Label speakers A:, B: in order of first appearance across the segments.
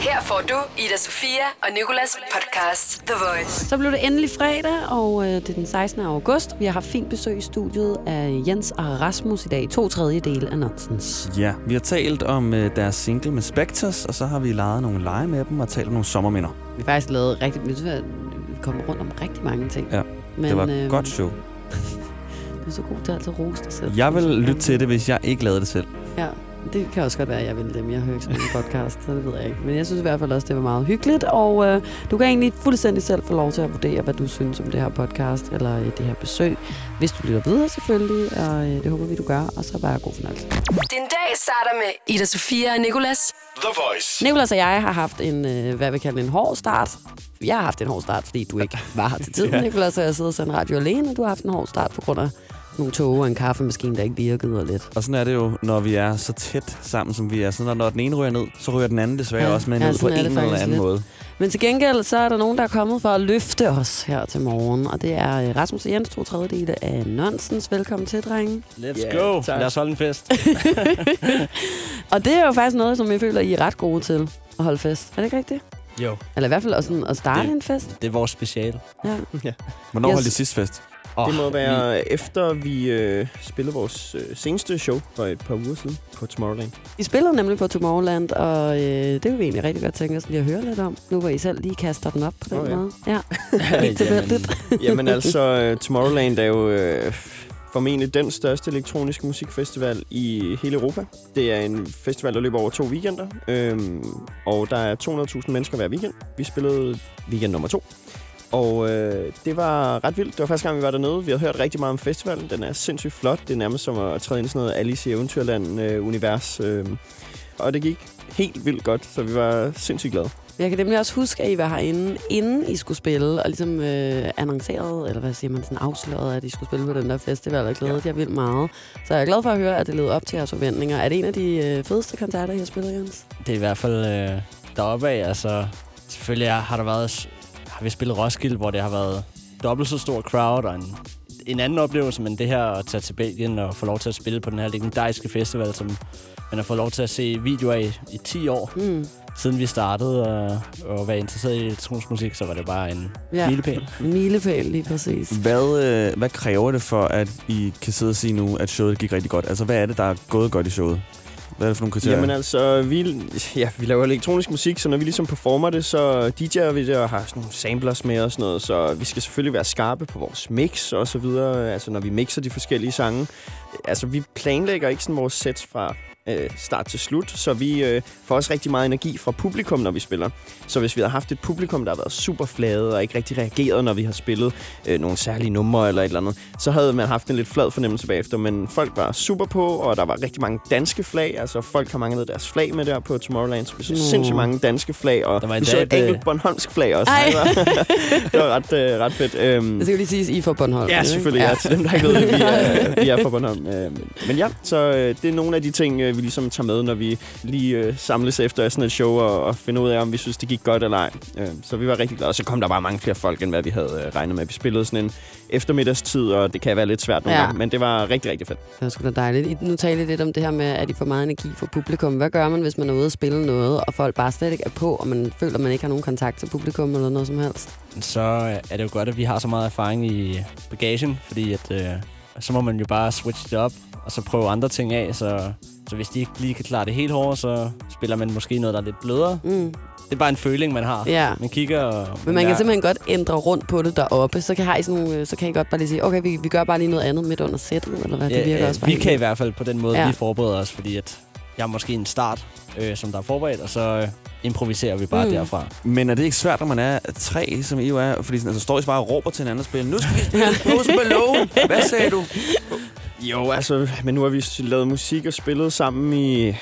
A: Her får du Ida Sofia og Nikolas podcast The Voice.
B: Så blev det endelig fredag, og øh, det er den 16. august. Vi har haft fint besøg i studiet af Jens og Rasmus i dag. To tredjedele af Nonsens.
C: Ja, vi har talt om øh, deres single med Spectres, og så har vi leget nogle lege med dem og talt om nogle sommerminder.
B: Vi har faktisk lavet rigtig meget. Vi kom rundt om rigtig mange ting.
C: Ja, Men, det var et
B: øh,
C: godt show.
B: Du er så god til altid at rose dig selv.
C: Jeg vil lytte til det, hvis jeg ikke lavede det selv.
B: Ja, det kan også godt være, at jeg vil dem. Jeg hører ikke så mange podcast, så det ved jeg ikke. Men jeg synes i hvert fald også, det var meget hyggeligt. Og øh, du kan egentlig fuldstændig selv få lov til at vurdere, hvad du synes om det her podcast eller øh, det her besøg. Hvis du lytter videre selvfølgelig, og øh, det håber vi, du gør. Og så bare god fornøjelse.
A: Din dag starter med Ida Sofia og Nikolas
D: The Voice.
B: Nikolas og jeg har haft en, øh, hvad vi kalder en hård start. Jeg har haft en hård start, fordi du ikke var her til tiden, ja. Nikolas, og jeg sidder og sender radio alene, og du har haft en hård start på grund af nogle tog og en kaffemaskine, der ikke virkede og lidt.
C: Og sådan er det jo, når vi er så tæt sammen, som vi er. Så når, når den ene ryger ned, så ryger den anden desværre
B: Ja,
C: ja, også med
B: ja,
C: ned på en
B: sådan er det
C: eller anden
B: faktisk lidt.
C: måde.
B: Men til gengæld, så er der nogen, der er kommet for at løfte os her til morgen, og det er øh, Rasmus og Jens, to tredjedele af Nonsens. Velkommen til, drenge.
E: Let's yeah, go. Tak. Lad os holde en fest.
B: Og det er jo faktisk noget, som jeg føler, I er ret gode til at holde fest. Er det ikke rigtigt?
E: jo.
B: Eller i hvert fald også sådan at starte
E: Det-
B: en fest.
E: Det er vores speciale.
B: Ja.
C: Hvornår
B: Jeg
C: holdt I
B: s-
C: sidst fest?
E: Oh,
F: Det må være vi... efter vi øh, spillede vores øh, seneste show for et par uger siden på Tomorrowland.
B: I spiller nemlig på Tomorrowland, og øh, det kunne vi egentlig rigtig godt tænke os lige at høre lidt om, nu hvor I selv lige kaster den op på den
F: Nå
B: oh,
F: ja.
B: ja. måde. Ja. Helt tilfældigt.
F: Jamen altså, øh, Tomorrowland er jo øh, formentlig den største elektroniske musikfestival i hele Europa. Det er en festival, der løber over to weekender, øhm, og der er 200.000 mennesker hver weekend. Vi spillede weekend nummer to. Og øh, det var ret vildt. Det var første gang, vi var dernede. Vi havde hørt rigtig meget om festivalen. Den er sindssygt flot. Det er nærmest som at træde ind i sådan noget Alice i Eventyrland-univers. Øh, og det gik helt vildt godt, så vi var sindssygt glade.
B: Jeg kan nemlig også huske, at I var herinde, inden I skulle spille, og ligesom øh, annonceret, eller hvad siger man, sådan afsløret, at I skulle spille på den der festival, og glædede ja. jer vildt meget. Så jeg er glad for at høre, at det levede op til jeres forventninger. Er det en af de øh, fedeste koncerter, I har spillet, Jens?
E: Det er i hvert fald øh, deroppe af. Altså, selvfølgelig er- har der været... s- Har vi spillet Roskilde, hvor det har været dobbelt så stor crowd og en, en anden oplevelse, men det her at tage til Belgien og få lov til at spille på den her legendariske festival, som man har fået lov til at se videoer af i, i 10 år,
B: Mm.
E: siden vi startede øh, og, og var interesseret i elektronisk musik, så var det bare en
B: Ja.
E: ja. milepæl.
B: Milepæl lige præcis.
F: Mm.
C: Hvad, øh, hvad kræver det for, at I kan sidde og sige nu, at showet gik rigtig godt? Altså, hvad er det, der er gået godt i showet? Hvad er det for nogle kriterier?
F: Jamen altså, vi, ja, vi laver elektronisk musik, så når vi ligesom performer det, så DJ'er vi det og har sådan nogle samplers med og sådan noget, så vi skal selvfølgelig være skarpe på vores mix og så videre, altså når vi mixer de forskellige sange. Altså, vi planlægger ikke sådan vores sets fra øh, start til slut, så vi øh, får også rigtig meget energi fra publikum, når vi spiller. Så hvis vi havde haft et publikum, der har været super flade og ikke rigtig reageret, når vi har spillet øh, nogle særlige numre eller et eller andet, så havde man haft en lidt flad fornemmelse bagefter. Men folk var super på, og der var rigtig mange danske flag. Altså folk har manglet deres flag med der på Tomorrowland, så vi så
B: Nå.
F: sindssygt mange danske flag. Og
E: Uh. Der var
F: vi
E: endda
F: så et
E: et, øh,
F: enkelt Bornholmsk flag også.
B: Ej.
F: Det var, det var ret, øh, ret fedt. Øhm,
E: Altså,
B: Det skal jo lige siges, I er fra Bornholm.
F: Ja,
B: ikke?
F: selvfølgelig. Ja. Til dem, der ikke ved det, vi er, vi er fra Bornholm. Øh, men- Men ja, så øh, det er nogle af de ting, øh, vi ligesom tager med, når vi lige øh, samles efter sådan et show og, og finder ud af, om vi synes, det gik godt eller ej. Øh, Så vi var rigtig glade. Og så kom der bare mange flere folk, end hvad vi havde øh, regnet med. Vi spillede sådan en eftermiddagstid, og det kan være lidt svært nogle
B: Ja.
F: ja. gange, men det var rigtig, rigtig fedt.
B: Det var sgu da dejligt. I- Nu taler I lidt om det her med, at I får meget energi fra publikum. Hvad gør man, hvis man er ude at spille noget, og folk bare slet ikke er på, og man føler, at man ikke har nogen kontakt til publikum eller noget som helst?
E: så er det jo godt, at vi har så meget erfaring i bagagen, fordi at, øh, så må man jo bare switche det op, og så prøve andre ting af, så, så hvis de ikke lige kan klare det helt hårdt, så spiller man måske noget, der er lidt blødere.
B: Mm.
E: Det er bare en føling, man har.
B: Ja.
E: Man kigger og...
B: Men man kan
E: ja,
B: simpelthen godt ændre rundt på det deroppe. Så kan, har I sådan nogle, øh, så kan I godt bare lige sige, okay, vi, vi gør bare lige noget andet midt under sættet, eller hvad? Det virker
E: øh,
B: også bare
E: Vi
B: helt
E: kan i
B: vildt.
E: hvert fald på den måde,
B: Ja.
E: ja. vi forbereder os, fordi at jeg har måske en start, øh, som der er forberedt, og så øh, improviserer vi bare
B: Mm.
E: mm. derfra.
C: Men er det ikke svært, når man er tre, som I jo er? Fordi sådan, altså, står I så bare og råber til hinanden og spiller, nu skal vi spille Post Malone. Hvad sagde du?
F: Jo, altså, men nu har vi lavet musik og spillet sammen i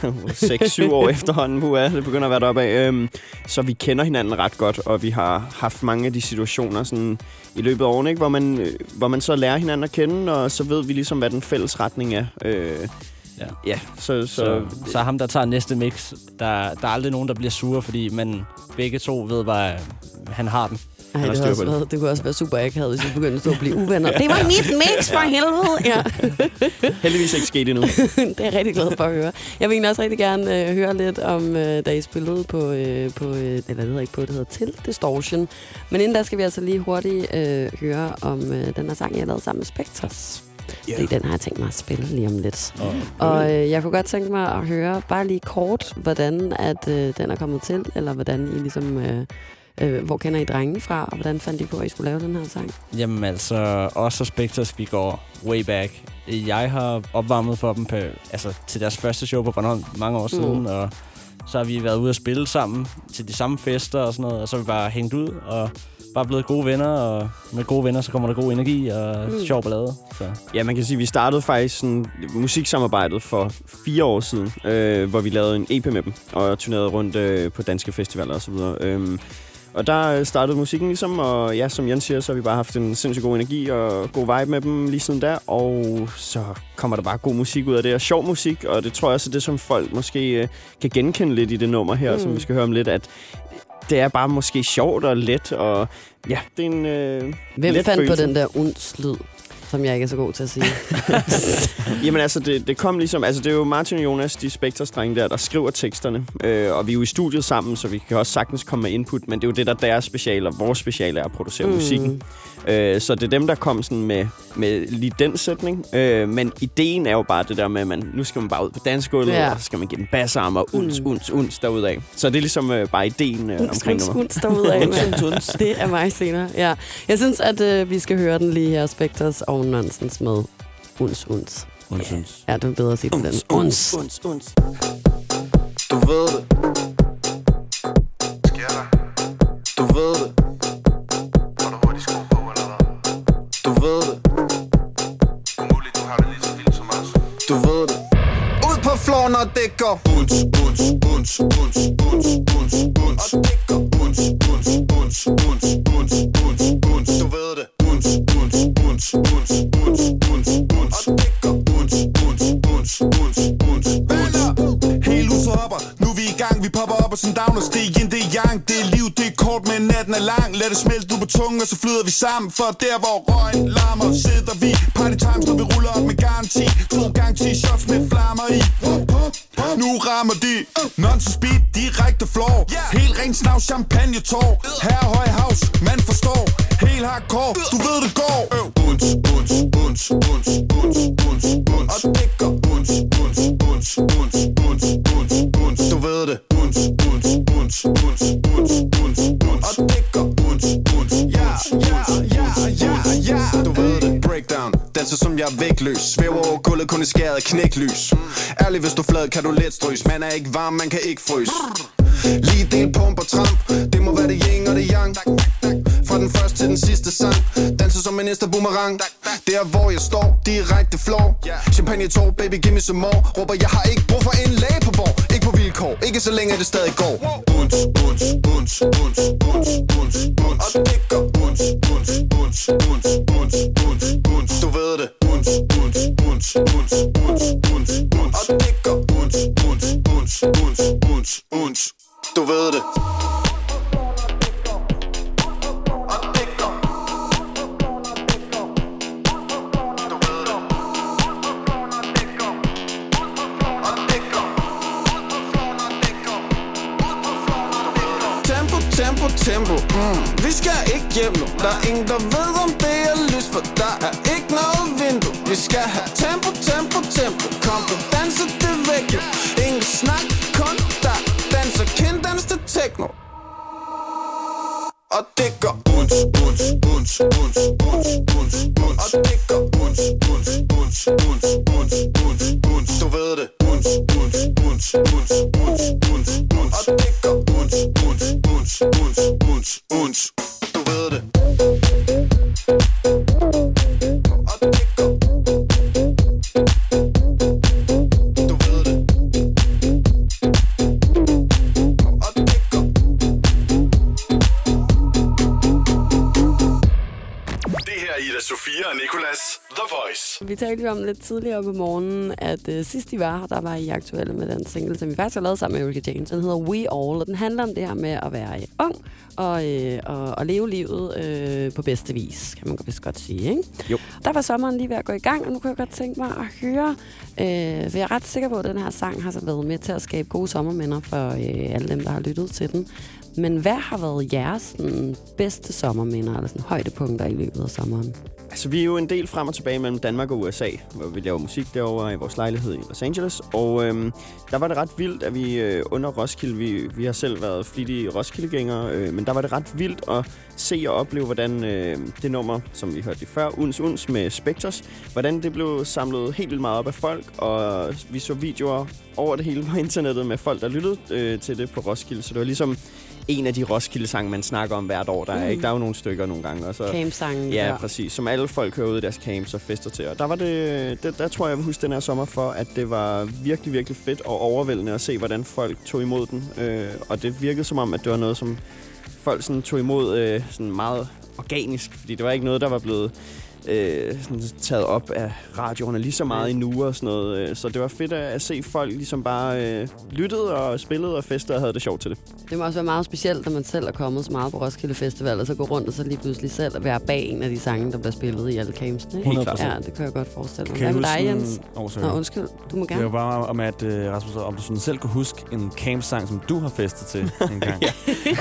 F: hvad, 6-7 år efterhånden, nu er det begynder at være deroppe af. Øhm, så vi kender hinanden ret godt, og vi har haft mange af de situationer sådan, i løbet af årene, ikke? Hvor, man, øh, hvor man så lærer hinanden at kende, og så ved vi ligesom, hvad den fælles retning er. Øh,
E: Ja.
F: ja. ja, så, så,
E: Så,
F: så
E: så ham, der tager næste mix, der, der er aldrig nogen, der bliver sure, fordi man begge to ved, hvad han har den.
B: Ej,
F: har
B: det,
F: styr
B: havde
F: på
B: også
F: det.
B: været, det kunne også være super akavet, hvis vi begyndte at stå og blive uvenner. Det var mit mix for helvede! Ja.
F: Heldigvis er ikke sket endnu.
B: det er jeg rigtig glad for at høre. Jeg vil egentlig også rigtig gerne øh, høre lidt om, øh, da I spillede på, øh, på øh, eller det hedder ikke på, det hedder Til Distortion. Men inden da skal vi altså lige hurtigt øh, høre om øh, den her sang, jeg har lavet sammen med Spectres. Yeah. Det er den, har jeg tænkt mig at spille lige om lidt. Og øh, jeg kunne godt tænke mig at høre, bare lige kort, hvordan at, øh, den er kommet til, eller hvordan I ligesom... Øh, øh, hvor kender I drengene fra, og hvordan fandt I på, at I skulle lave den her sang?
E: Jamen altså, os og Spectres, vi går way back. Jeg har opvarmet for dem på, altså, til deres første show på Bornholm for mange år siden,
B: Mm.
E: og så har vi været ude og spille sammen til de samme fester og sådan noget, og så har vi bare hængt ud og bare blevet gode venner, og med gode venner, så kommer der god energi og
B: Mm.
E: mm. sjov ballade. Så.
F: Ja, man kan sige, at vi startede faktisk sådan, musiksamarbejdet for fire år siden, øh, hvor vi lavede en EP med dem, og turnerede rundt øh, på danske festivaler osv. Øhm, og der øh, startede musikken ligesom, og ja, som Jens siger, så har vi bare haft en sindssygt god energi og god vibe med dem lige siden der, og så kommer der bare god musik ud af det, og sjov musik, og det tror jeg også er det, som folk måske øh, kan genkende lidt i det nummer her,
B: Mm.
F: mm. som vi skal høre om lidt, at det er bare måske sjovt og let, og ja, det er en... Øh,
B: Hvem
F: Let
B: fandt på
F: følelse.
B: den der undslyd, som jeg ikke er så god til at sige?
F: Jamen altså, det, det kom ligesom... Altså, det er jo Martin og Jonas, de spekterstrenge der, der skriver teksterne. Øh, og vi er jo i studiet sammen, så vi kan også sagtens komme med input. Men det er jo det, der er deres speciale, og vores speciale er at producere mm. musikken. Øh, så det er dem, der kom sådan med, med lige den sætning. Øh, men ideen er jo bare det der med, at man, nu skal man bare ud på dansegulvet,
B: Ja.
F: ja. og så skal man give den bassarm og uns,
B: Mm.
F: mm. uns, uns derudad. Så det er ligesom øh, bare ideen øh,
B: Uns,
F: omkring
B: uns,
F: nummer.
B: uns derude af. Det er mig senere, ja. Jeg synes, at øh, vi skal høre den lige her, Spectres og Nonsens med Uns, uns.
C: Hun synes.
B: Ja, du er bedre at sige på den. Uns.
F: uns, uns.
D: Du ved det. Sker der? Du ved det. Har du hurtigt sko på eller hvad? Du ved det. Umuligt, du har det lige så vildt som os. Du ved det. Ud på floor, når det går. Uns, uns, uns, uns, uns, uns, uns. Og det går. Uns, uns, uns, uns, uns, uns, uns. Du ved det. Uns, uns, uns, uns, uns, uns, uns. Og det går. Uns, uns, uns, uns, uns, uns. Hele huset hopper, nu er vi i gang Vi popper op og sådan down og stig ind, det er yang Det er liv, det er kort, men natten er lang Lad det smelte du på tungen, og så flyder vi sammen For der hvor røgen larmer, sidder vi Party times, når vi ruller op med garanti To gange 10 shots med flammer i Nu rammer de Nonsense beat, direkte floor Helt ren snav, champagne tår Herre høj house, man forstår Helt hardcore, du ved det går Bunds, bunds, bunds, bunds, bunds, bunds, bunds Og det går bunds, bunds, bunds, bunds, bunds, bunds, bunds Du ved det Bunds, bunds, bunds, bunds, bunds, bunds, bunds Og det går bunds, bunds, ja, ja, ja, ja, ja Du ved det Breakdown, danser som jeg er vægtløs Svæver over gulvet kun i skæret af knæklys Ærlig hvis du er flad kan du let strøs Man er ikke varm, man kan ikke fryse Lige del pump og tramp Det må være det yin og det yang Fra den første til den sidste sang Danser som en insta boomerang Det er hvor jeg står, direkte floor Champagne i tår, baby give me some more Råber jeg har ikke brug for en læge på borg Ikke på vilkår, ikke så længe det stadig går Bunds, bunds, bunds, bunds, bunds, bunds, bunds Og det går bunds, bunds, bunds, bunds, bunds, bunds, bunds Du ved det Bunds, bunds, bunds, bunds, bunds, bunds, bunds Og det går bunds, bunds, bunds, bunds, bunds, bunds Du ved det Tempo, tempo, tempo, mm. Vi skal ikke hjem nu Der er ingen, der ved, om det er lys For der er ikke noget vindue Vi skal have tempo, tempo, tempo Kom og danse det væk nu Ingen snak, kun der Danser kinddans til techno og det går bunds, bunds, bunds, bunds, bunds, bunds, bunds. Og det går bunds, bunds, bunds, bunds, bunds, bunds, bunds. Du ved det. Bunds, bunds, bunds, bunds, bunds, bunds, bunds. Og det går bunds, bunds, bunds, bunds, bunds, bunds. Du ved det. Og det går. Du ved det. Og det går.
G: Det her er Ida Sofia og Nicolas The Voice.
B: vi talte jo om lidt tidligere på morgenen, at øh, sidst de var her, der var I aktuelle med den single, som vi faktisk har lavet sammen med Ulrika James. Den hedder We All, og den handler om det her med at være øh, ung og, øh, og, og leve livet øh, på bedste vis, kan man vist godt sige, ikke?
F: Jo.
B: Der var sommeren lige ved at gå i gang, og nu kunne jeg godt tænke mig at høre, øh, for jeg er ret sikker på, at den her sang har så været med til at skabe gode sommerminder for øh, alle dem, der har lyttet til den. Men hvad har været jeres sådan, bedste sommerminder, eller sådan, højdepunkter i løbet af sommeren?
F: Altså, vi er jo en del frem og tilbage mellem Danmark og USA, hvor vi laver musik derovre i vores lejlighed i Los Angeles. Og øhm, der var det ret vildt, at vi øh, under Roskilde, vi, vi har selv været flittige Roskildegængere, øh, men der var det ret vildt at se og opleve, hvordan øh, det nummer, som vi hørte lige før, Uns Uns med Spectres, hvordan det blev samlet helt vildt meget op af folk, og vi så videoer over det hele på internettet med folk, der lyttede øh, til det på Roskilde. Så det var ligesom en af de Roskilde-sange, man snakker om hvert år. Der er, ikke? der er jo nogle stykker nogle gange, og så...
B: Camp-sangen.
F: Ja, ja, præcis. Som alle folk hører ude i deres camps og fester til. Og der, var det, det, der tror jeg, jeg vil huske den her sommer for, at det var virkelig, virkelig fedt og overvældende at se, hvordan folk tog imod den. Øh, og det virkede som om, at det var noget, som folk sådan tog imod øh, sådan meget organisk. Fordi det var ikke noget, der var blevet øh, sådan taget op af radioerne lige så meget endnu og sådan noget. Øh, Så det var fedt at, at se folk ligesom bare øh, lyttede og spillede og festede og havde det sjovt til det.
B: Det må også være meget specielt, når man selv er kommet så meget på Roskilde Festival, og så gå rundt og så lige pludselig selv være bag en af de sange, der bliver spillet i alle campsene. ikke?
C: 100%.
B: Ja, det kan jeg godt forestille mig.
C: Kan
B: Hvad
C: I
B: med
C: huske...
B: dig, Jens?
C: sådan- Åh, sorry.
B: Nå, undskyld. Du må
C: Det var
B: gerne.
C: bare om, at øh, Rasmus, om du sådan selv kunne huske en campsang, som du har festet til en gang. ja.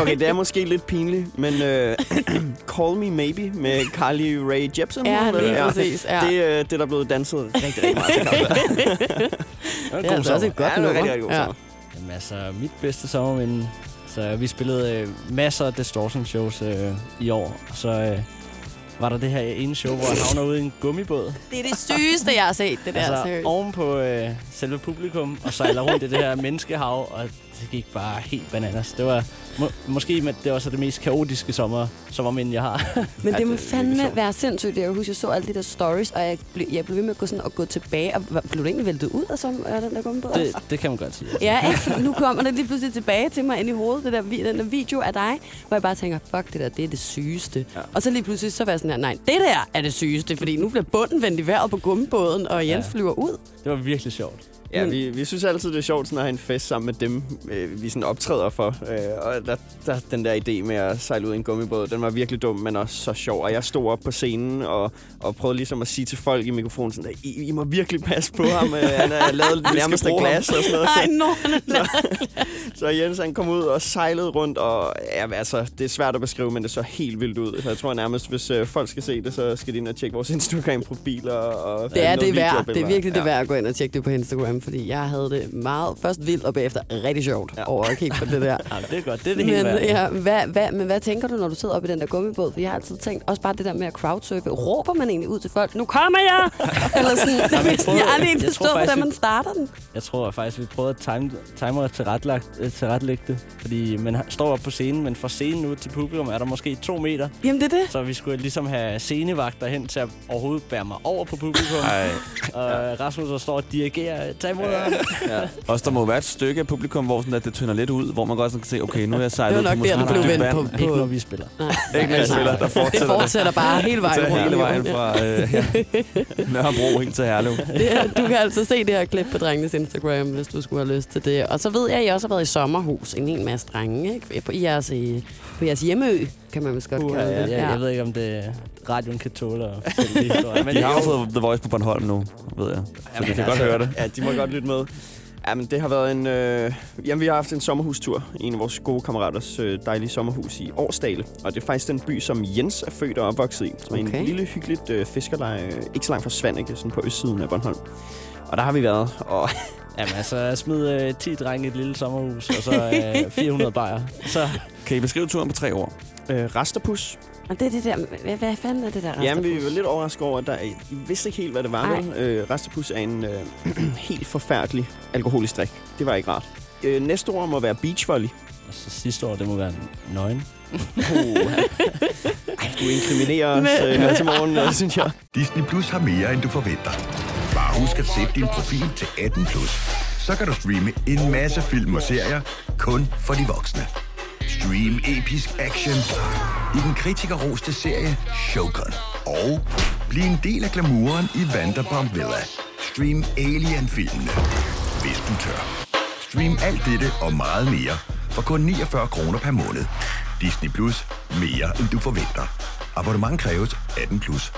F: Okay, det er måske lidt pinligt, men øh, Call Me Maybe med Carly Rae Jepsen.
B: Ja,
F: hun
B: han
F: hedder
B: lige præcis. Ja.
F: Det, øh, det er der blevet danset rigtig, rigtig meget. til.
E: Det
B: er altså også et godt
F: ja, det var
B: nummer.
F: rigtig, rigtig god
B: Ja.
F: sommer.
E: Jamen altså, mit bedste sommerminde. Så vi spillede øh, masser af distortion shows øh, i år. Så øh, var der det her ene show, hvor han havner ude i en gummibåd.
B: Det er det sygeste, jeg har set, det der.
E: altså
B: seriøst.
E: oven på øh, selve publikum, og sejler rundt i det her menneskehav, og det gik bare helt bananas. Det var må, måske men det var så det mest kaotiske sommer, sommerminde, jeg har.
B: Men det må
F: Ja, det er virkelig
B: fandme
F: sjovt.
B: være sindssygt. Jeg husker, jeg så alle de der stories, og jeg blev, jeg blev ved med at gå, sådan, og gå tilbage. Og var- blev du egentlig væltet ud af som, af den der gummibåd?
E: det, det kan man godt sige.
B: Ja, ikke? nu kommer det lige pludselig tilbage til mig ind i hovedet, det der, vi- den der video af dig, hvor jeg bare tænker, fuck det der, det er det sygeste. Ja. Og så lige pludselig, så var jeg sådan her, nej, det der er det sygeste, fordi nu bliver bunden vendt i vejret på gummibåden, og Jens ja.
E: Ja.
B: flyver ud.
E: Det var virkelig sjovt.
F: Ja, vi, vi synes altid, det er sjovt sådan at have en fest sammen med dem, øh, vi sådan optræder for. Øh, og der, der, den der idé med at sejle ud i en gummibåd, den var virkelig dum, men også så sjov. Og jeg stod op på scenen og, og prøvede ligesom at sige til folk i mikrofonen, sådan, at I, I må virkelig passe på ham. Øh, han er lavet nærmest af
C: bruge ham.
F: glas og sådan noget.
B: Nej, Norden.
F: Så Jens han kom ud og sejlede rundt, og ja, altså, det er svært at beskrive, men det så helt vildt ud. Så jeg tror nærmest, hvis øh, folk skal se det, så skal de ind og tjekke vores Instagram-profiler. Og,
B: Det er
F: noget
B: det værd. Det er
F: videobilleder.
B: virkelig det
F: Ja.
B: værd at gå ind og tjekke det på Instagram, fordi jeg havde det meget først vildt og bagefter rigtig sjovt ja. over at kigge på det der.
E: Ja, det er godt. Det er det hele
B: Men,
E: værd.
B: ja, hvad, hvad, men hvad tænker du, når du sidder oppe i den der gummibåd? For jeg har altid tænkt, også bare det der med at crowdsurfe. Råber man egentlig ud til folk, nu kommer jeg! Eller sådan, jeg, jeg,
E: tror-
B: jeg har aldrig egentlig
E: jeg tror
B: forstået, hvordan
E: faktisk,
B: man starter den.
E: Jeg tror faktisk, vi prøvede at time, time og tilretlagt, øh, tilretlægge det. Fordi man har- står op på scenen, men fra scenen ud til publikum er der måske to meter.
B: Jamen, det er det.
E: Så vi skulle ligesom have scenevagter hen til at overhovedet bære mig over på publikum.
C: Ej.
E: Og Rasmus der står og dirigerer, tag imod ham.
C: Også der må være et stykke af publikum, hvor sådan, at det tynder lidt ud, hvor man godt sådan kan se, okay, nu er jeg sejlet
B: Det var
C: ud
B: nok der, den
C: måske
B: blev
C: noget dybt
B: vendt
C: vand.
B: på.
E: Ikke når vi spiller.
C: Ikke noget spiller, der
B: Det
C: fortsætter det.
B: fortsætter bare hele vejen
C: Tager
B: rundt.
C: hele
B: om
C: vejen
B: jorden.
C: fra øh, ja, Nørrebro helt til Herlev.
B: Det er- Du kan altså se det her klip på drengenes Instagram, hvis du skulle have lyst til det. Og så ved jeg, at I også har været i sommerhus, en hel masse drenge, ikke? På jeres, øh, på jeres hjemmeø, kan man vist godt
F: Uha,
B: kalde
E: Jeg,
B: det.
E: jeg ved ikke, om det radioen kan tåle at fortælle de historier, men
C: De har jo fået The Voice på Bornholm nu, ved jeg. Så Altså, vi kan godt høre det.
F: Ja, de må godt lytte med. Jamen, det har været en... Øh... Jamen, vi har haft en sommerhustur. En af vores gode kammeraters øh, dejlige sommerhus i Årsdale. Og det er faktisk den by, som Jens er født og opvokset i. Som okay. er
B: Okay.
F: en lille, hyggeligt øh, fiskerleje. øh, Ikke så langt fra Svanike, sådan på østsiden af Bornholm. Og der har vi været, og
E: Jamen altså, smid øh, 10 drenge i et lille sommerhus, og så øh, 400 bajer. Så
C: Kan I beskrive turen på tre ord?
F: øh, Rastapus,
B: Og det er det der, hvad, hvad fanden er det der?
F: Jamen, vi
B: Rastapus?
F: var lidt overrasket over, at der, I vidste ikke helt, hvad det var.
B: Nej.
F: vel? Øh, Rastapus er en øh, helt forfærdelig alkoholisk drik. Det var ikke rart. Øh, næste ord må være beachvolley.
E: og så sidste år, det må være nøgen.
F: Ej, du inkriminerer os øh, her til morgen, øh, synes jeg.
G: Disney Plus har mere, end du forventer. Bare husk at sætte din profil til 18 plus. Så kan du streame en masse film og serier, kun for de voksne. Stream episk action i den kritikerroste serie Shogun. Og Bliv en del af glamouren i Vanderpump Villa. Stream Alien-filmene, hvis du tør. Stream alt dette og meget mere for kun 49 kroner per måned. Disney Plus. Mere end du forventer. Abonnement kræves 18 plus.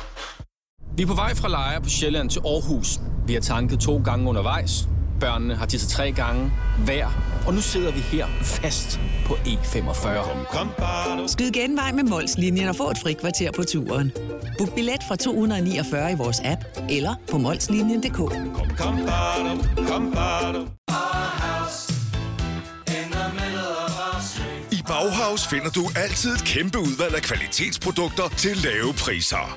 H: Vi er på vej fra Lejre på Sjælland til Aarhus. Vi har tanket to gange undervejs. Børnene har tisset tre gange hver. Og nu sidder vi her fast på E45.
I: Skyd genvej med Molslinjen og få et fri kvarter på turen. Book billet fra 249 i vores app eller på molslinjen.dk.
J: I Bauhaus finder du altid et kæmpe udvalg af kvalitetsprodukter til lave priser.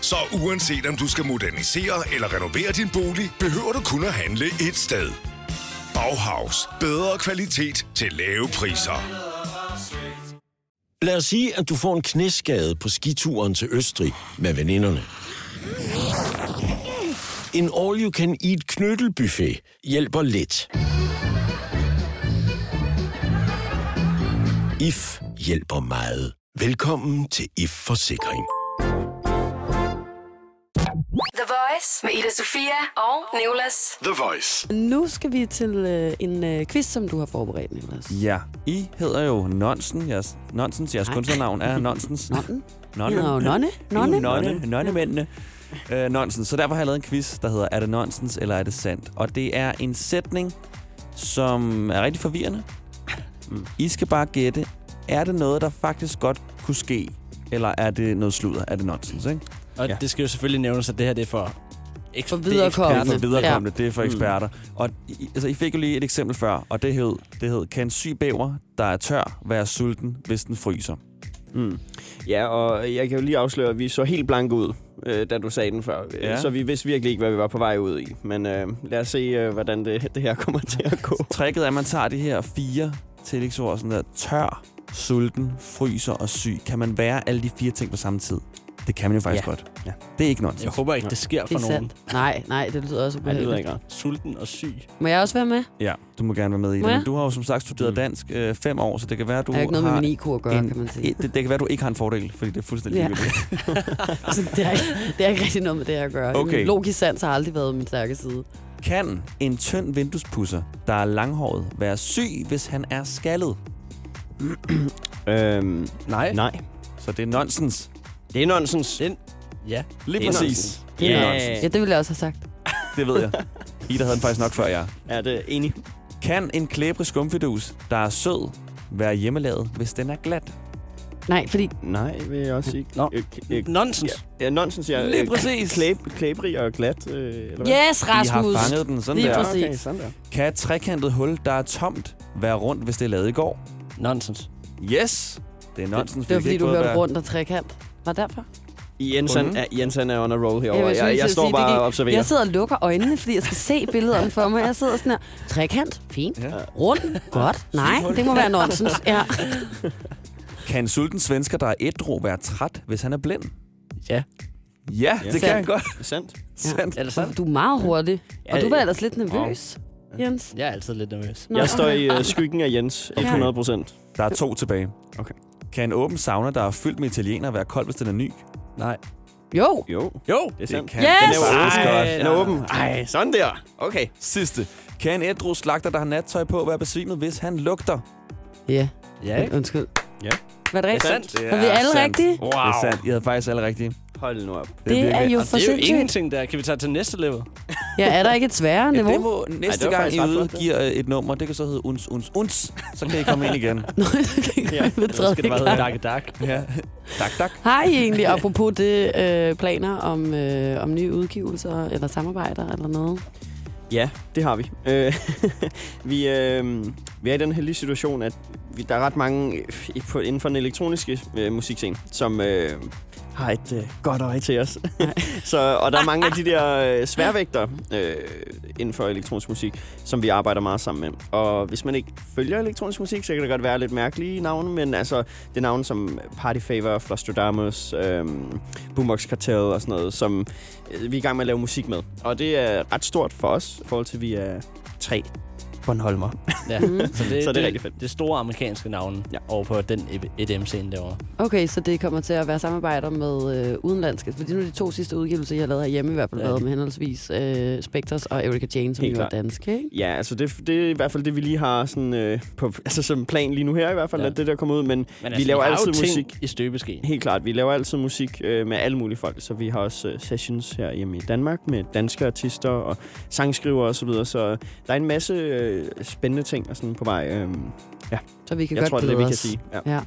J: Så uanset om du skal modernisere eller renovere din bolig, behøver du kun at handle et sted. Bauhaus. Bedre kvalitet til lave priser.
K: Lad os sige, at du får en knæskade på skituren til Østrig med veninderne. En all-you-can-eat knyttelbuffet hjælper lidt. IF hjælper meget. Velkommen til IF Forsikring.
A: The Voice med Ida Sofia og Nicolas.
J: The Voice.
B: Nu skal vi til øh, en øh, quiz, som du har forberedt, Nicolas.
C: Ja, I hedder jo Nonsen. Jeres, Nonsens, jeres kunstnernavn er Nonsens.
B: Nonnen?
C: Nonne.
B: Nå, nonne.
C: Nonne.
B: Nonne.
C: Nonne. Nonnemændene. Øh, nonsens. Så derfor har jeg lavet en quiz, der hedder, er det nonsens eller er det sandt? Og det er en sætning, som er rigtig forvirrende. Mm. I skal bare gætte, er det noget, der faktisk godt kunne ske? Eller er det noget sludder? Er det nonsens, ikke?
E: Og
F: Ja.
E: ja. det skal jo selvfølgelig nævnes, at det her det er for... Eks-
B: For
E: det er
B: viderekommende.
E: eksperter.
C: Det er for viderekommende, ja. det er for eksperter. Og I, altså, I fik jo lige et eksempel før, og det hed, det hed kan en syg bæver, der er tør, være sulten, hvis den fryser?
F: Mm. Ja, og jeg kan jo lige afsløre, at vi så helt blanke ud, øh, da du sagde den før.
C: Ja.
F: Ja. Så vi vidste virkelig ikke, hvad vi var på vej ud i. Men øh, lad os se, øh, hvordan det, det her kommer til at gå.
C: Tricket er, at man tager de her fire tillægsord, sådan der tør, sulten, fryser og syg. Kan man være alle de fire ting på samme tid? Det kan man jo faktisk
F: Ja.
C: godt.
F: Ja.
C: Det er ikke nonsens.
E: Jeg håber ikke, det sker
B: Det
E: for
B: er
E: nogen.
B: sandt. Nej, nej, det lyder også
F: Nej, det lyder
B: ubehageligt.
F: ikke rart.
E: Sulten og syg.
B: Må jeg også være med?
C: Ja, du må gerne være med
B: Må
C: i det. Men
B: jeg?
C: du har jo som sagt studeret
F: Mm.
C: dansk øh, fem år, så det kan være, du
B: Jeg har ikke noget
C: har...
B: med min IQ at gøre,
C: en-
B: kan man sige.
C: det, det kan være, du ikke har en fordel, fordi det er fuldstændig
B: Ja.
C: ja. ligegyldigt.
B: Så Altså, det, er ikke, det er ikke rigtig noget med det at gøre.
C: Okay.
B: Min Logisk sans har aldrig været min stærke side.
C: Kan en tynd vinduespusser, der er langhåret, være syg, hvis han er skaldet?
F: Øhm,
E: Nej.
F: nej.
C: Så det er nonsens.
F: Det er nonsens.
E: Den. Ja.
C: Lige
F: Det er
C: præcis.
B: Det er
E: Øh,
F: Ja.
B: nonsens. Ja, det ville jeg også have sagt.
C: Det ved jeg. Ida havde den faktisk nok før jeg.
F: Er det er enig?
C: Kan en klæbrig skumfidus, der er sød, være hjemmelavet, hvis den er glat?
B: Nej, fordi
F: Nej, vil jeg også sige.
E: Nå.
F: Øh, k- øh,
E: Nonsens. Ja.
F: ja, nonsens, ja.
C: Lige
F: Øh,
C: præcis.
F: Klæb, klæbrig og glat, øh, eller hvad?
B: Yes,
C: I har
B: Rasmus!
C: fanget den sådan
B: Lige
C: der.
B: præcis.
F: Okay, sådan der.
C: Kan et trekantet hul, der er tomt, være rundt, hvis det er lavet i går?
E: Nonsens.
C: Yes! Det er nonsens.
B: Det var fordi,
C: for kan
B: du
C: ikke både
B: hørte
C: være-
B: rundt og trekant. Var det derfor?
F: Jensen,
C: Bunden.
F: er, Jensen er on a roll herovre.
B: vil
F: Jeg,
B: skulle
F: jeg,
B: lige til
F: jeg
B: at
F: står
B: sige, det
F: bare
B: gik-
F: og observerer.
B: Jeg sidder og lukker øjnene, fordi jeg skal se billederne for mig. Jeg sidder sådan her. Trekant? Fint.
C: Ja.
B: Rund? Godt. Nej, det må være nonsens. Ja.
C: Kan en sulten svensker, der er ædru, være træt, hvis han er blind?
E: Ja.
C: Ja, det kan
B: Sandt.
C: han godt.
F: Sandt.
C: Sandt.
E: Er det sandt?
B: Du er meget hurtig. Og
F: Ja,
B: du var ellers lidt nervøs, Jens.
E: Jeg er altid lidt nervøs.
B: Nå,
F: Jeg står
B: okay.
F: i øh, skyggen af Jens, 100 procent.
C: Der er to tilbage.
F: Okay.
C: Kan en åben sauna, der er fyldt med italiener, være kold, hvis den er ny? Det
E: Nej.
B: Jo.
F: Jo,
E: Jo.
F: det er sandt.
C: kan
B: Yes!
C: den
F: Den er åben.
C: faktisk godt.
F: Den er åben. Ej, sådan der. Okay.
C: Sidste. Kan en ædru slagter, der har nattøj på, være besvimet, hvis han lugter?
B: Ja,
E: Ja,
B: men
E: ikke?
B: undskyld.
F: Ja.
B: Var det
E: Det er
B: rigtigt?
E: sandt.
C: Det
B: Var vi
C: er
B: alle
C: sandt.
B: rigtige?
C: Wow. Det er sandt. I havde faktisk alle rigtige. Det
F: Hold nu op.
B: Det er
C: virkelig-
B: jo
E: Og
B: for
E: det er jo
B: sindssygt.
E: ingenting der. Kan vi tage til næste level?
B: Ja, er der ikke et sværere niveau?
C: Det må næste
F: Ej, det var
C: gang,
F: faktisk
C: I
F: ret flot, det.
C: udgiver øh, et nummer, det kan så hedde uns, uns, uns. Så kan I komme ind igen.
B: Nå, okay.
F: Ja,
B: ved
E: Så
B: tredje
E: skal det bare
B: gang.
E: hedde Dark Dark.
C: ja. Tak, tak.
B: Har I egentlig, apropos det, øh, planer om, øh, om nye udgivelser eller samarbejder eller noget?
F: Ja, det har vi. Øh, vi, øh, vi er i den heldige situation, at vi, der er ret mange øh, i- på- inden for den elektroniske øh, musikscene, som øh, har et øh, godt øje til os. så, og der er mange af de der øh, sværvægter øh, inden for elektronisk musik, som vi arbejder meget sammen med. Og hvis man ikke følger elektronisk musik, så kan det godt være lidt mærkelige navne, men altså, det er navne som Party Favor, Flostradamus, øh, Boombox Cartel og sådan noget, som øh, vi er i gang med at lave musik med. Og det er ret stort for os, i forhold til, at vi er tre Bornholmer.
E: Ja,
B: Mm.
E: så det,
F: så det er rigtig fedt.
E: Det er store amerikanske navne ja. over på den E EDM-scene derovre.
B: Okay, så det kommer til at være samarbejder med øh, udenlandske. Fordi nu er de to sidste udgivelser, jeg har lavet herhjemme i hvert fald,
F: Ja.
B: ja. været med henholdsvis øh, Spectres og Erika Jane, som
F: Helt
B: jo er
F: klart.
B: danske, ikke?
F: Ja, altså det, det er i hvert fald det, vi lige har sådan, øh, på, altså som plan lige nu her i hvert fald,
E: Ja.
F: ja. at det der kommer ud. Men, men
E: altså,
F: vi laver
E: I har jo
F: altid
E: ting
F: musik.
E: i støbeskeen.
F: Helt klart, vi laver altid musik øh, med alle mulige folk, så vi har også øh, sessions her hjemme i Danmark med danske artister og sangskrivere osv., så, videre. så der er en masse øh, spændende ting og sådan på vej. Øh, ja.
B: Så vi kan
F: Jeg
B: godt
F: tror, det er det,
B: glæde
F: vi kan
B: os.
F: sige. Ja.
B: ja.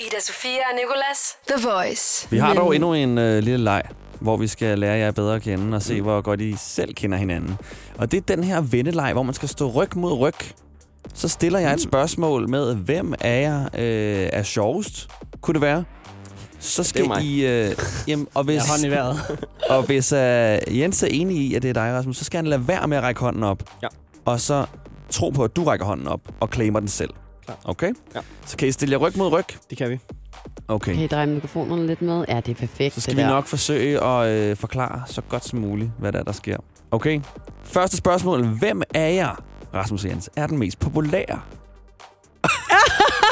A: Ida Sofia og Nicolas, The Voice.
C: Vi har dog endnu en øh, lille leg, hvor vi skal lære jer bedre at kende og
F: Mm.
C: se, hvor godt I selv kender hinanden. Og det er den her vendeleg, hvor man skal stå ryg mod ryg. Så stiller jeg et spørgsmål med, hvem af jer øh, er sjovest, kunne det være? Så skal
F: mig.
C: I... Øh, jamen, og hvis,
E: Jeg har hånden i vejret.
C: og hvis øh, Jens er enig i, at det er dig, Rasmus, så skal han lade være med at række hånden op.
F: Ja.
C: Og så tro på, at du rækker hånden op og claimer den selv.
F: Klart.
C: Okay?
F: Ja.
C: Så kan I stille jer ryg mod ryg.
F: Det kan vi.
C: Okay.
B: Kan I dreje mikrofonerne lidt med? Ja, det er perfekt.
C: Så skal
B: det
C: vi
B: der.
C: nok forsøge at øh, forklare så godt som muligt, hvad der, er, der sker. Okay. Første spørgsmål. Hvem af jer, Rasmus og Jens, er den mest populære?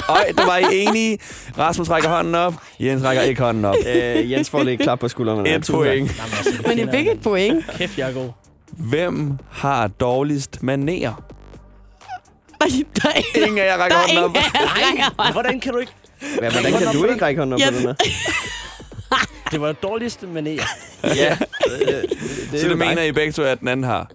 C: Øj, det var I enige. Rasmus rækker hånden op. Jens rækker ikke hånden op.
F: Øh, Jens får lidt klap på skulderen.
C: Et point.
E: Jamen, altså,
B: Men det
E: kender
B: er virkelig
E: hinanden.
B: et point.
E: Kæft, jeg er god.
C: Hvem har dårligst manerer?
B: Nej, der er ingen,
C: Ingen af jer rækker
B: der er
C: hånden op.
B: ingen, der rækker hånden.
E: Hvordan kan du ikke?
F: Hvad, hvordan kan du ikke række hånden op på den her?
E: Det var det dårligste manér.
F: Ja. øh,
C: Det så
F: jo
C: det
F: dig.
C: mener I begge to, at den anden har.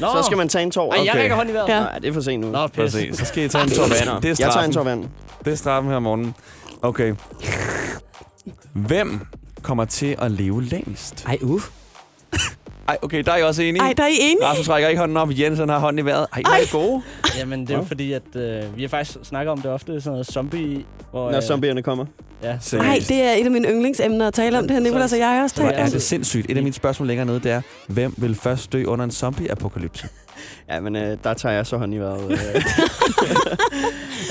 E: Nå,
F: Så skal man tage en tår.
E: Ej, jeg
C: Okay.
E: rækker hånden i vejret.
B: Ja.
F: Nej, det er for sent nu.
E: Nå, pis.
C: Præcis. Så skal I tage en tår vand. Det er
F: jeg tager
C: straffen.
F: en tår vand.
C: Det er straffen her om morgenen. Okay. Hvem kommer til at leve længst?
B: Ej, uh.
C: Ej, okay, der er I også enige.
B: Ej, der er I enige?
C: Rasmus rækker ikke hånden op, Jens han har hånden i vejret. Ej, hvor er I gode.
E: Jamen, det er jo fordi, at øh, vi har faktisk snakket om det ofte, sådan noget zombie... Hvor, øh,
F: Når zombierne kommer.
E: Ja,
B: Nej, det er et af mine yndlingsemner at tale om. Det har Nicolas og jeg også
C: Hvor
B: talt
C: er
B: om.
C: det sindssygt. Et af mine spørgsmål længere nede, det er, hvem vil først dø under en zombie-apokalypse?
F: Ja, men øh, der tager jeg så hånd i vejret.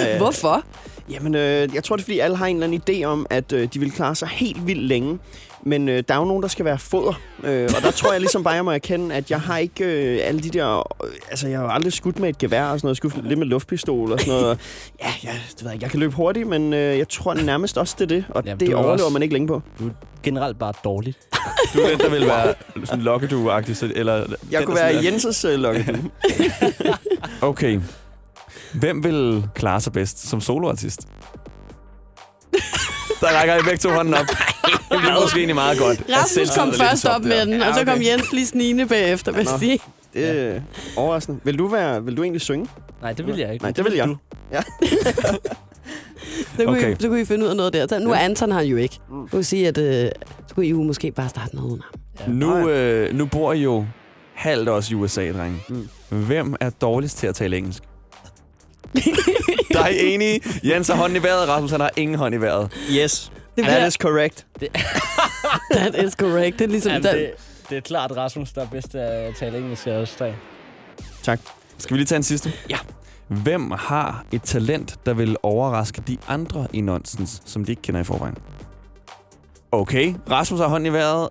F: Øh. Øh,
B: Hvorfor?
F: Jamen, øh, jeg tror, det er, fordi alle har en eller anden idé om, at øh, de vil klare sig helt vildt længe. Men øh, der er jo nogen, der skal være foder. Øh, og der tror jeg ligesom bare, jeg må erkende, at jeg har ikke øh, alle de der... Øh, altså, jeg har jo aldrig skudt med et gevær og sådan noget. Skudt lidt med luftpistol og sådan noget. Ja, jeg, det ved jeg, ikke. jeg kan løbe hurtigt, men øh, jeg tror nærmest også, det er det. Og
E: Jamen,
F: Jamen,
E: du
F: det
E: er
F: overlever
E: også-
F: også... man ikke længe på.
E: Du er generelt bare dårligt.
C: Du er den, der vil være sådan lokkedue-agtig. så- Eller
F: Jeg
C: den,
F: kunne
C: der sådan
F: være
C: er-
F: Jenses øh, lokke.
C: Okay. Hvem vil klare sig bedst som soloartist? Der rækker I begge to hånden op. Det er måske egentlig meget godt. at
B: Rasmus
C: selvtillid
B: kom
C: er lidt
B: først
C: i top
B: op
C: der.
B: med den,
F: Ja,
B: og så kom
F: okay.
B: Jens lige snigende bagefter, vil jeg
F: Nå.
B: sige.
F: Det er øh, overraskende. Vil du, være, vil du egentlig synge?
E: Nej, det vil jeg ikke.
F: Nej, det vil jeg.
B: Så kunne, okay.
C: Okay.
B: I, så kunne I finde ud af noget der. Så nu er Anton her jo ikke. Du kunne sige, at øh, så kunne I jo måske bare starte noget uden ham.
C: Nu, øh, nu bor I jo halvt også i USA, drenge. Mm. Hvem er dårligst til at tale engelsk? Der er I enige. Jens har hånden i vejret, Rasmus han har ingen hånd i vejret.
F: Yes.
B: Det
F: That
B: bliver-
F: is correct.
B: That is correct. Det er ligesom
E: Jamen,
B: den.
E: det, det er klart Rasmus, der er bedst til at tale engelsk af os tre.
F: Tak.
C: Skal vi lige tage en sidste? Ja. Hvem har et talent, der vil overraske de andre i nonsens, som de ikke kender i forvejen? Okay, Rasmus har hånden i vejret.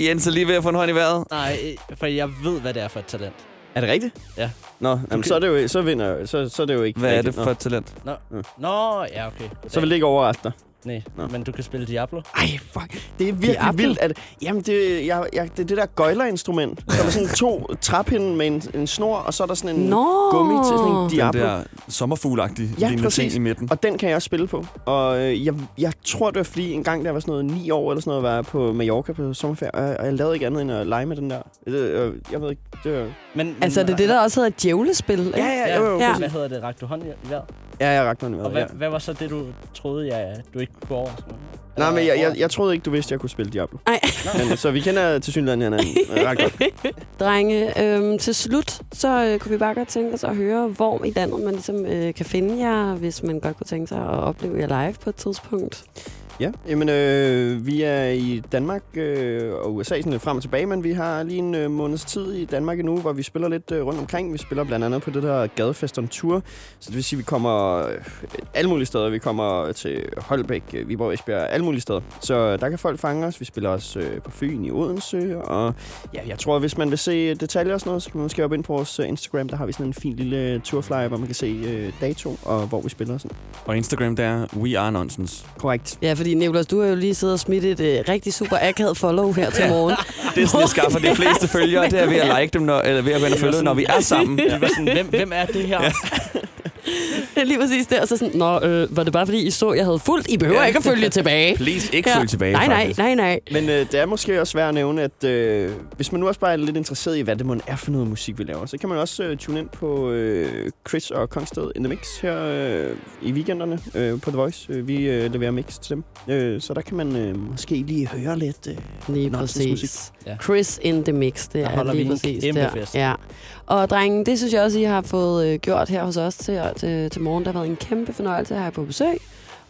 C: Jens er lige ved at få en hånd i vejret.
E: Nej, for jeg ved, hvad det er for et talent.
F: Er det rigtigt?
E: Ja.
F: Nå, jamen, så, er det jo, så vinder jeg jo. så, så er det jo ikke
C: Hvad er det
F: rigtigt.
C: for et talent?
E: Nå,
F: Mm.
E: Nå ja, okay. Goddag.
F: Så vil det ikke overraske dig.
E: Nej,
F: Nå.
E: men du kan spille Diablo.
F: Ej, fuck. Det er virkelig
B: Diablo.
F: vildt. At, jamen, det, jeg, jeg, det er det der gøjlerinstrument. Der er sådan to træpinde med en, en snor, og så er der sådan en
B: Nå.
F: gummi til sådan en
C: Den
F: Diablo.
C: der sommerfuglagtige
F: Ja,
C: lignende ting
F: præcis.
C: i midten.
F: Og den kan jeg også spille på. Og øh, jeg, jeg tror, det var fordi en gang, der var sådan noget ni år eller sådan noget, var jeg på Mallorca på sommerferie, og jeg, og jeg lavede ikke andet end at lege med den der. Øh, øh, jeg ved ikke, det var...
E: Men, men,
B: Altså, det er det, der også hedder et djævlespil. Ikke?
F: Ja, ja, jo, jo,
B: Ja.
F: ja.
E: Hvad hedder det? Rakte du hånden i vejret?
F: Ja, jeg rakte den i
E: Og
F: vejret,
E: hvad,
F: ja.
E: hvad var så det, du troede, jeg, du ikke kunne overraske mig?
F: Nej, men jeg, jeg, jeg troede ikke, du vidste, jeg kunne spille Diablo.
B: Nej.
F: Men, øh, så vi kender til synligheden hinanden øh, ret godt.
B: Drenge, øhm, til slut, så øh, kunne vi bare godt tænke os at høre, hvor i landet man ligesom øh, kan finde jer, hvis man godt kunne tænke sig at opleve jer live på et tidspunkt.
F: Ja, jamen, øh, vi er i Danmark øh, og USA sådan lidt frem og tilbage, men vi har lige en øh, måneds tid i Danmark endnu, hvor vi spiller lidt øh, rundt omkring. Vi spiller blandt andet på det der Gadefest on Tour, så det vil sige, at vi kommer øh, alle mulige steder. Vi kommer til Holbæk, øh, Viborg, Esbjerg, alle mulige steder. Så øh, der kan folk fange os. Vi spiller også øh, på Fyn i Odense, og ja, jeg tror, hvis man vil se detaljer og sådan noget, så kan man måske op ind på vores øh, Instagram. Der har vi sådan en fin lille tourflyer, hvor man kan se øh, dato og hvor vi spiller og sådan.
C: Og Instagram, der er We Are Nonsense.
F: Korrekt.
B: Ja, fordi Nicolas, du har jo lige siddet og smidt et øh, rigtig super akavet follow her til morgen.
C: Det er sådan, jeg skaffer de fleste følgere. Det er ved at like dem, når, eller ved at gå ind og følge, dem, når vi er sammen.
E: Det var sådan, hvem, hvem er det her? Ja.
B: Det er lige præcis der, og så sådan, nå, øh, var det bare fordi, I så, jeg havde fuldt? I behøver
C: Ja.
B: ikke at følge tilbage.
C: Please, ikke følge tilbage,
B: Nej, nej,
C: faktisk.
B: nej, nej.
F: Men øh, det er måske også værd at nævne, at øh, hvis man nu også bare er lidt interesseret i, hvad det mon er for noget musik, vi laver, så kan man også øh, tune ind på øh, Chris og Kongsted in the Mix her øh, i weekenderne øh, på The Voice. Øh, Vi øh, leverer mix til dem. Øh, så der kan man øh, måske lige høre lidt øh,
B: Lige
F: nonsensmusik.
B: præcis.
E: Ja.
B: Chris in the mix, det
E: Der
B: er
E: holder
B: lige
E: vi en
B: præcis
E: kæmpe
B: der.
E: fest.
B: Ja. Og drengen, det synes jeg også, I har fået øh, gjort her hos os til, til, til morgen. Der har været en kæmpe fornøjelse at have jer på besøg.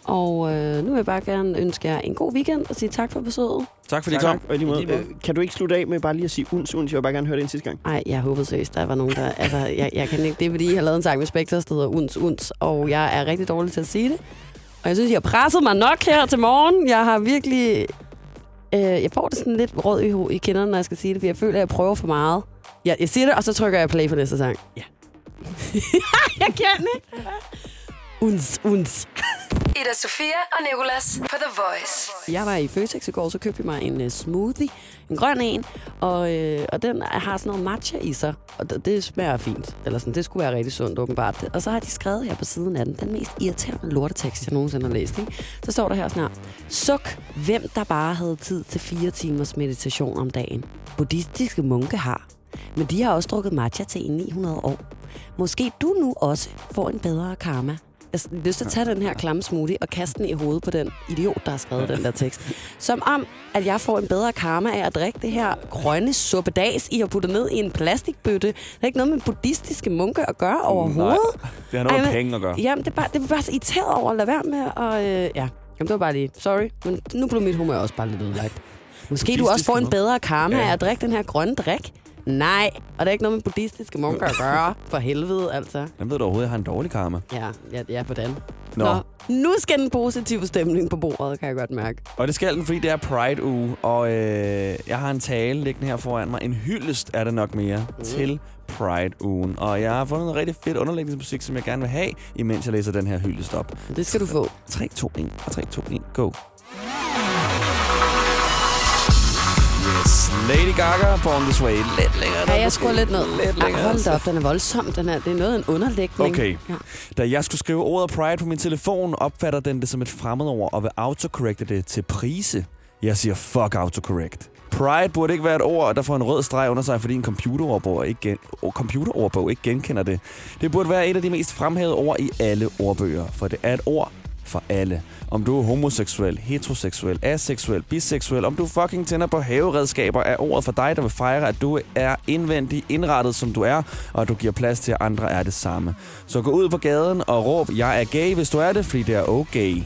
B: Og øh, nu vil jeg bare gerne ønske jer en god weekend og sige tak for besøget.
C: Tak fordi I kom.
F: Og i lige måde,
E: I lige
F: øh, kan du ikke slutte af med bare lige at sige uns, uns? Jeg vil bare gerne høre det en sidste gang.
B: Ej, jeg håbede seriøst, der var nogen, der... Altså, jeg, jeg kan ikke... Det er, fordi I har lavet en sang med Spectre, der hedder Uns Uns, og jeg er rigtig dårlig til at sige det. Og jeg synes, I har presset mig nok her til morgen. Jeg har virkelig... Øh, jeg får det sådan lidt rød i, ho- i kinderne, når jeg skal sige det, for jeg føler, at jeg prøver for meget. Jeg, jeg siger det, og så trykker jeg play på næste sang. Ja. jeg kan ikke. Uns, uns.
A: Ida Sofia og Nicolas på The Voice.
B: Jeg var i Føtex i går, så købte jeg mig en uh, smoothie, en grøn en, og, øh, og den har sådan noget matcha i sig, og det, det smager fint. Eller sådan, det skulle være rigtig sundt, åbenbart. Og så har de skrevet her på siden af den, den mest irriterende lortetekst, jeg nogensinde har læst. Ikke? Så står der her snart, suk, hvem der bare havde tid til fire timers meditation om dagen. Buddhistiske munke har. Men de har også drukket matcha til i 900 år. Måske du nu også får en bedre karma. Jeg har lyst til at tage den her klamme smoothie og kaste den i hovedet på den idiot, der har skrevet den der tekst. Som om, at jeg får en bedre karma af at drikke det her grønne suppedags i at putte ned i en plastikbøtte. Det er ikke noget med buddhistiske munke at gøre overhovedet.
C: Det har noget
B: Ej,
C: med
B: men-
C: penge at gøre.
B: Jamen, det er bare, det er bare så irriteret over at lade være med, og øh, ja. Jamen, det var bare lige, sorry, men nu blev mit humør også bare lidt ødelagt. Måske du også får en bedre karma af at drikke den her grønne drik. Nej, og det er ikke noget med buddhistiske munker at gøre. For helvede, altså.
C: Hvem ved du overhovedet, jeg har en dårlig karma?
B: Ja, ja, ja hvordan?
C: Nå.
B: nu skal den positive stemning på bordet, kan jeg godt mærke.
C: Og det skal den, fordi det er Pride-uge, og øh, jeg har en tale liggende her foran mig. En hyldest er det nok mere mm. til Pride-ugen. Og jeg har fundet noget rigtig fedt underlægningsmusik, som jeg gerne vil have, imens jeg læser den her hyldest op.
B: Det skal du få.
C: 3, 2, 1, og 3, 2, 1, go. Yes, Lady Gaga, Born This Way. Lidt længere.
B: Ja,
C: ned
B: jeg
C: måske.
B: skruer lidt ned.
C: Lidt
B: Ja,
C: længere.
B: hold da
C: altså.
B: op, den er voldsom. Den er, det er noget af en underlægning.
C: Okay.
B: Ja.
C: Da jeg skulle skrive ordet Pride på min telefon, opfatter den det som et fremmedord og vil autocorrecte det til prise. Jeg siger fuck autocorrect. Pride burde ikke være et ord, der får en rød streg under sig, fordi en computerordbog ikke, gen- o- computerordbog ikke genkender det. Det burde være et af de mest fremhævede ord i alle ordbøger, for det er et ord for alle. Om du er homoseksuel, heteroseksuel, aseksuel, biseksuel, om du fucking tænder på haveredskaber, er ordet for dig, der vil fejre, at du er indvendig indrettet, som du er, og at du giver plads til, at andre er det samme. Så gå ud på gaden og råb, jeg er gay, hvis du er det, fordi det er okay.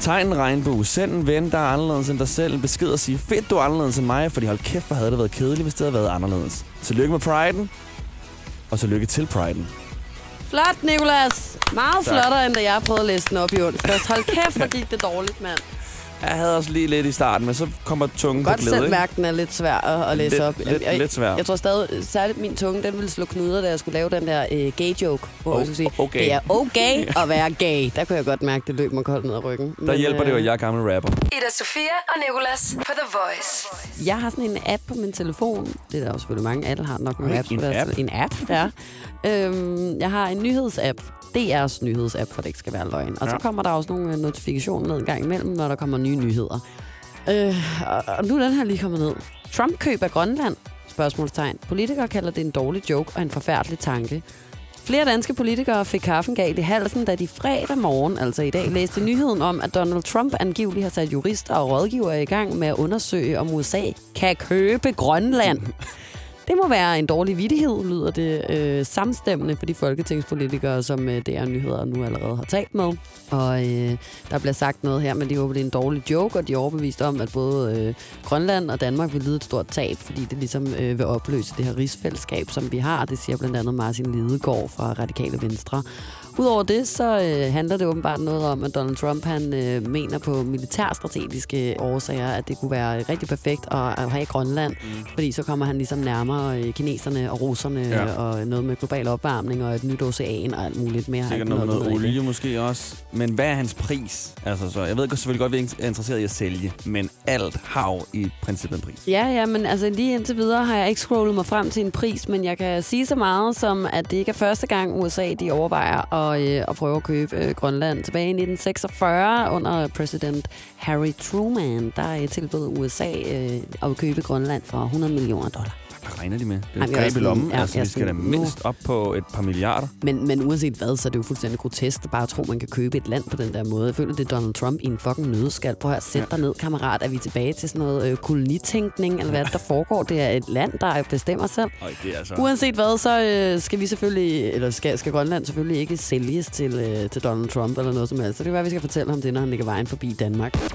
C: Tegn en regnbue, send en ven, der er anderledes end dig selv, en besked og sige, fedt, du er anderledes end mig, fordi hold kæft, hvor havde det været kedeligt, hvis det havde været anderledes. Tillykke med priden, og tillykke til priden.
B: Flot, Nicolas. Meget tak. flottere, end da jeg prøvede at læse den op i onsdags. Hold kæft, hvor gik det dårligt, mand.
C: Jeg havde også lige lidt i starten, men så kommer tungen
B: Godt
C: på glæde.
B: selv
C: ikke?
B: mærke, den er lidt svær at, at læse
C: Lidt-
B: op.
C: lidt-
B: jeg,
C: lidt svær.
B: Jeg tror stadig, særligt min tunge, den ville slå knuder, da jeg skulle lave den der øh, gay-joke, hvor
C: Oh,
B: jeg skulle sige,
C: okay.
B: det er okay at være gay. Der kunne jeg godt mærke, det løb mig koldt ned ad ryggen. øh,
C: Der hjælper det jo, at jeg er gammel rapper.
A: Ida Sofia og Nicolas på The Voice.
B: Jeg har sådan en app på min telefon. Det er der jo selvfølgelig mange. Alle har nok nogle
C: Ej,
B: apps.
C: en
B: på deres-
C: app?
B: En app, ja. øhm, jeg har en nyhedsapp. DR's nyhedsapp, for det ikke skal være løgn. Og ja. så kommer der også nogle øh, notifikationer ned en gang imellem, når der kommer nye nyheder. Øh, og, og nu er den her lige kommet ned. Trump køber Grønland? Spørgsmålstegn. Politikere kalder det en dårlig joke og en forfærdelig tanke. Flere danske politikere fik kaffen galt i halsen, da de fredag morgen, altså i dag, læste nyheden om, at Donald Trump angiveligt har sat jurister og rådgivere i gang med at undersøge, om USA kan købe Grønland. Det må være en dårlig vidighed, lyder det øh, samstemmende for de folketingspolitikere, som øh, DR Nyheder nu allerede har talt med. Og øh, der bliver sagt noget her, men de håber, det er en dårlig joke, og de er overbevist om, at både øh, Grønland og Danmark vil lide et stort tab, fordi det ligesom øh, vil opløse det her rigsfællesskab, som vi har. Det siger blandt andet Martin Lidegaard fra Radikale Venstre. Udover det, så øh, handler det åbenbart noget om, at Donald Trump han øh, mener på militærstrategiske årsager, at det kunne være øh, rigtig perfekt at, at have Grønland, mm. fordi så kommer han ligesom nærmere øh, kineserne og russerne,
C: Ja.
B: ja. og noget med global opvarmning og et nyt ocean og alt muligt mere.
C: Sikkert
B: Alt
C: noget med noget
B: ved jeg
C: olie måske også. Men hvad er hans pris? Altså, så jeg ved godt- selvfølgelig godt, at vi er interesseret i at sælge, men alt har jo i princippet en pris.
B: Ja, ja, men altså lige indtil videre har jeg ikke scrollet mig frem til en pris, men jeg kan sige så meget som, at det ikke er første gang USA de overvejer at, øh, at prøve at købe øh, Grønland. Tilbage i 1946 under præsident Harry Truman, der øh, tilbød USA øh, at købe Grønland for 100 millioner dollar.
C: Hvad regner de med? Det er
B: Ej,
C: jo
B: vi er
C: greb
B: også
C: i lommen.
B: lige- ja,
C: altså,
B: vi er
C: vi skal da
B: også lige- nu-
C: mindst op på et par milliarder.
B: Men, men uanset hvad, så er det jo fuldstændig grotesk at bare tro, man kan købe et land på den der måde. Jeg føler, det er Donald Trump i en fucking nødskal. Prøv at høre, sæt dig ned, kammerat. Er vi tilbage til sådan noget øh, kolonitænkning, eller hvad er det, der foregår? Det er et land, der bestemmer selv.
C: Øj, det er altså...
B: Uanset hvad, så øh, skal vi selvfølgelig, eller skal, skal Grønland selvfølgelig ikke sælges til, øh, til Donald Trump eller noget som helst. Så det er, hvad vi skal fortælle ham det, når han ligger vejen forbi Danmark.
A: Ida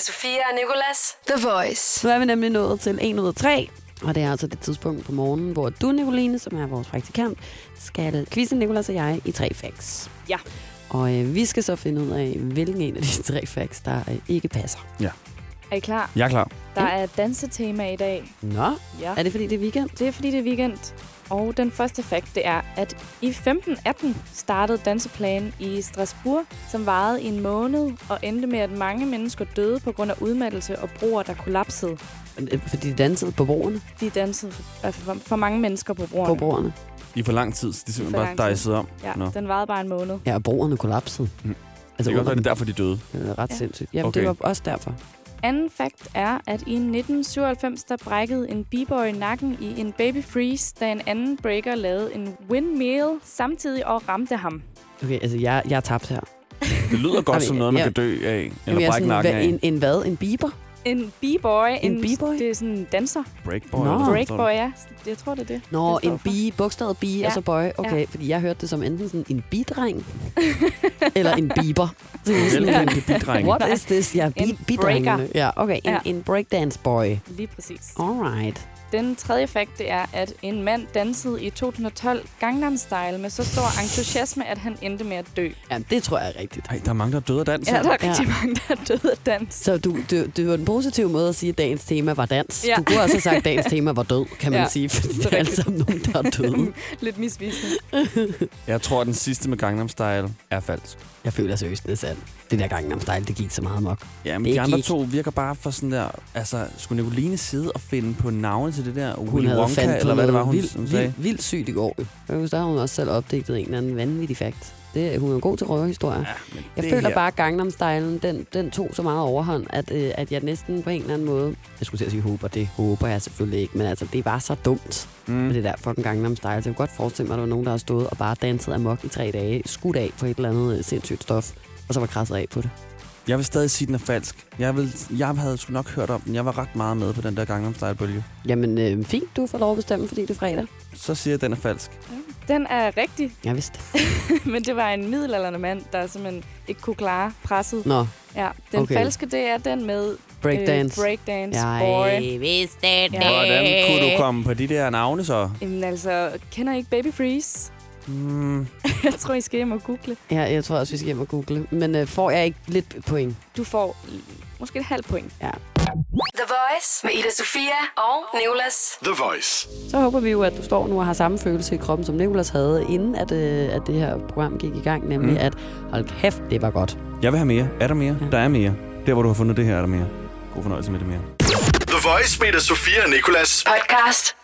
A: Sofia og Nicolas. The Voice.
B: Nu er vi nemlig nået til 1 ud af 3, og det er altså det tidspunkt på morgenen, hvor du, Nicoline, som er vores praktikant, skal quizze Nicolas og jeg i tre facts.
L: Ja.
B: Og øh, vi skal så finde ud af, hvilken en af de tre facts, der øh, ikke passer.
C: Ja.
L: Er I klar?
C: Jeg er klar.
L: Der er et dansetema i dag.
B: Nå,
L: Ja.
B: er det fordi, det er weekend?
L: Det er fordi, det er weekend. Og den første fakt, det er, at i 1518 startede danseplanen i Strasbourg, som varede i en måned og endte med, at mange mennesker døde på grund af udmattelse og broer, der kollapsede.
B: Øh, Fordi de dansede på broerne.
L: De dansede for, for, for mange mennesker på broerne.
B: På broerne.
C: I for lang tid, så de
L: For
C: simpelthen bare
L: lang tid.
C: dejsede om.
B: Altså,
L: Ja,
C: Nå.
L: den varede bare en måned.
B: Ja, og broerne kollapsede.
C: Mm.
B: Altså,
C: det kan godt være, det er derfor, de døde.
B: Det er ret
L: Ja.
B: sindssygt. Jamen,
C: Okay.
B: det var også derfor.
L: Anden fakt er, at i 1997 der brækkede en b-boy nakken i en baby freeze, da en anden breaker lavede en windmill samtidig og ramte ham.
B: Okay, altså, jeg, jeg er tabt her.
C: Det lyder godt
B: Jamen,
C: som noget, man
B: ja.
C: kan dø af.
B: Jamen, jeg
C: Eller
B: er
C: brække
B: sådan,
C: nakken
B: hvad,
C: af.
B: en, en hvad? En biber?
L: En b-boy. En,
B: b-boy?
L: Det er sådan en danser.
C: Breakboy.
B: Nå.
C: eller sådan noget.
L: Breakboy, ja. Jeg tror, det er det.
B: Nå,
L: det står
B: en
L: for.
B: bi, bogstavet bi, ja.
L: Ja.
B: og så bøje. Okay,
L: Ja.
B: ja. fordi jeg hørte det som enten sådan en bidreng, eller en biber. Så det er sådan,
C: Velkommen til bidrenge.
B: What is this? Ja, bi,
L: En
B: bidrengene.
L: breaker.
B: Ja, okay, en,
L: Ja.
B: ja. en breakdance boy.
L: Lige præcis.
B: Alright.
L: Den tredje fakt, det er, at en mand dansede i 2012 Gangnam Style med så stor entusiasme, at han endte med at dø.
B: Jamen, det tror jeg er rigtigt.
C: Ej, der er mange, der døde af dans.
L: Ja, der er
B: Ja.
L: rigtig mange, der er døde af dans.
B: Så du, du, det var en positiv måde at sige, at dagens tema var dans.
L: Ja.
B: Ja. Du kunne også have sagt, at dagens tema var død, kan man
L: Ja,
B: ja. sige, fordi
L: er
B: det er alle
L: rigtigt.
B: sammen nogen, der er døde.
L: Lidt misvisende.
C: Jeg tror, den sidste med Gangnam Style er falsk.
B: Jeg føler seriøst, det er sandt. Det der Gangnam Style, det gik så meget mok.
C: Ja, men
B: Det
C: de andre
B: gik.
C: to virker bare for sådan der... Altså, skulle Nicoline sidde og finde på navne til det der
B: Hun
C: Willy
B: havde
C: Wonka,
B: fandt på
C: eller hvad det var,
B: noget
C: hun,
B: vildt,
C: hun
B: vildt,
C: sagde?
B: vildt, vildt sygt i går. jo. Jeg husker, der har hun også selv opdigtet en eller anden vanvittig fakt. Det, hun er god til røverhistorier. Ja,
C: men
B: jeg
C: det
B: føler
C: her-
B: bare, at Gangnam Stylen, den, den tog så meget overhånd, at, øh, at jeg næsten på en eller anden måde... Jeg skulle til at sige håber, det håber jeg selvfølgelig ikke, men altså, det var så dumt mm. med det der fucking Gangnam Style. Så jeg kunne godt forestille mig, at der var nogen, der har stået og bare danset amok i tre dage, skudt af på et eller andet øh, sindssygt stof, og så var krasset af på det.
C: Jeg vil stadig sige, den er falsk. Jeg, vil, jeg havde sgu nok hørt om den. Jeg var ret meget med på den der Gangnam Style-bølge.
B: Jamen, øh, fint, du får lov at bestemme, fordi det er fredag.
C: Så siger jeg, at den er falsk.
L: Den er rigtig,
B: Jeg vidste.
L: men det var en middelalderende mand, der simpelthen ikke kunne klare presset.
B: Nå,
L: Ja, den
B: Okay.
L: falske, det er den med
B: breakdance.
L: Øh, breakdance,
B: Jeg øh,
L: boy.
B: vidste
L: Ja.
B: det.
C: Hvordan kunne du komme på de der navne så?
L: Jamen altså, kender I ikke Baby Freeze?
C: Mm,
L: Jeg tror, I skal hjem og google.
B: Ja, jeg tror også, vi skal hjem og google. Men øh, får jeg ikke lidt point?
L: Du får måske et halvt point.
B: Ja.
A: The Voice med Ida Sofia og Nicolas.
J: The Voice.
B: Så håber vi jo, at du står nu og har samme følelse i kroppen, som Nicolas havde, inden at, øh, at det her program gik i gang. Nemlig mm. at, hold kæft, det var godt.
C: jeg vil have mere. Er der mere? Der er mere. Der, hvor du har fundet det her, er der mere. God fornøjelse med det mere.
J: The Voice med Ida Sofia og Nicolas.
A: Podcast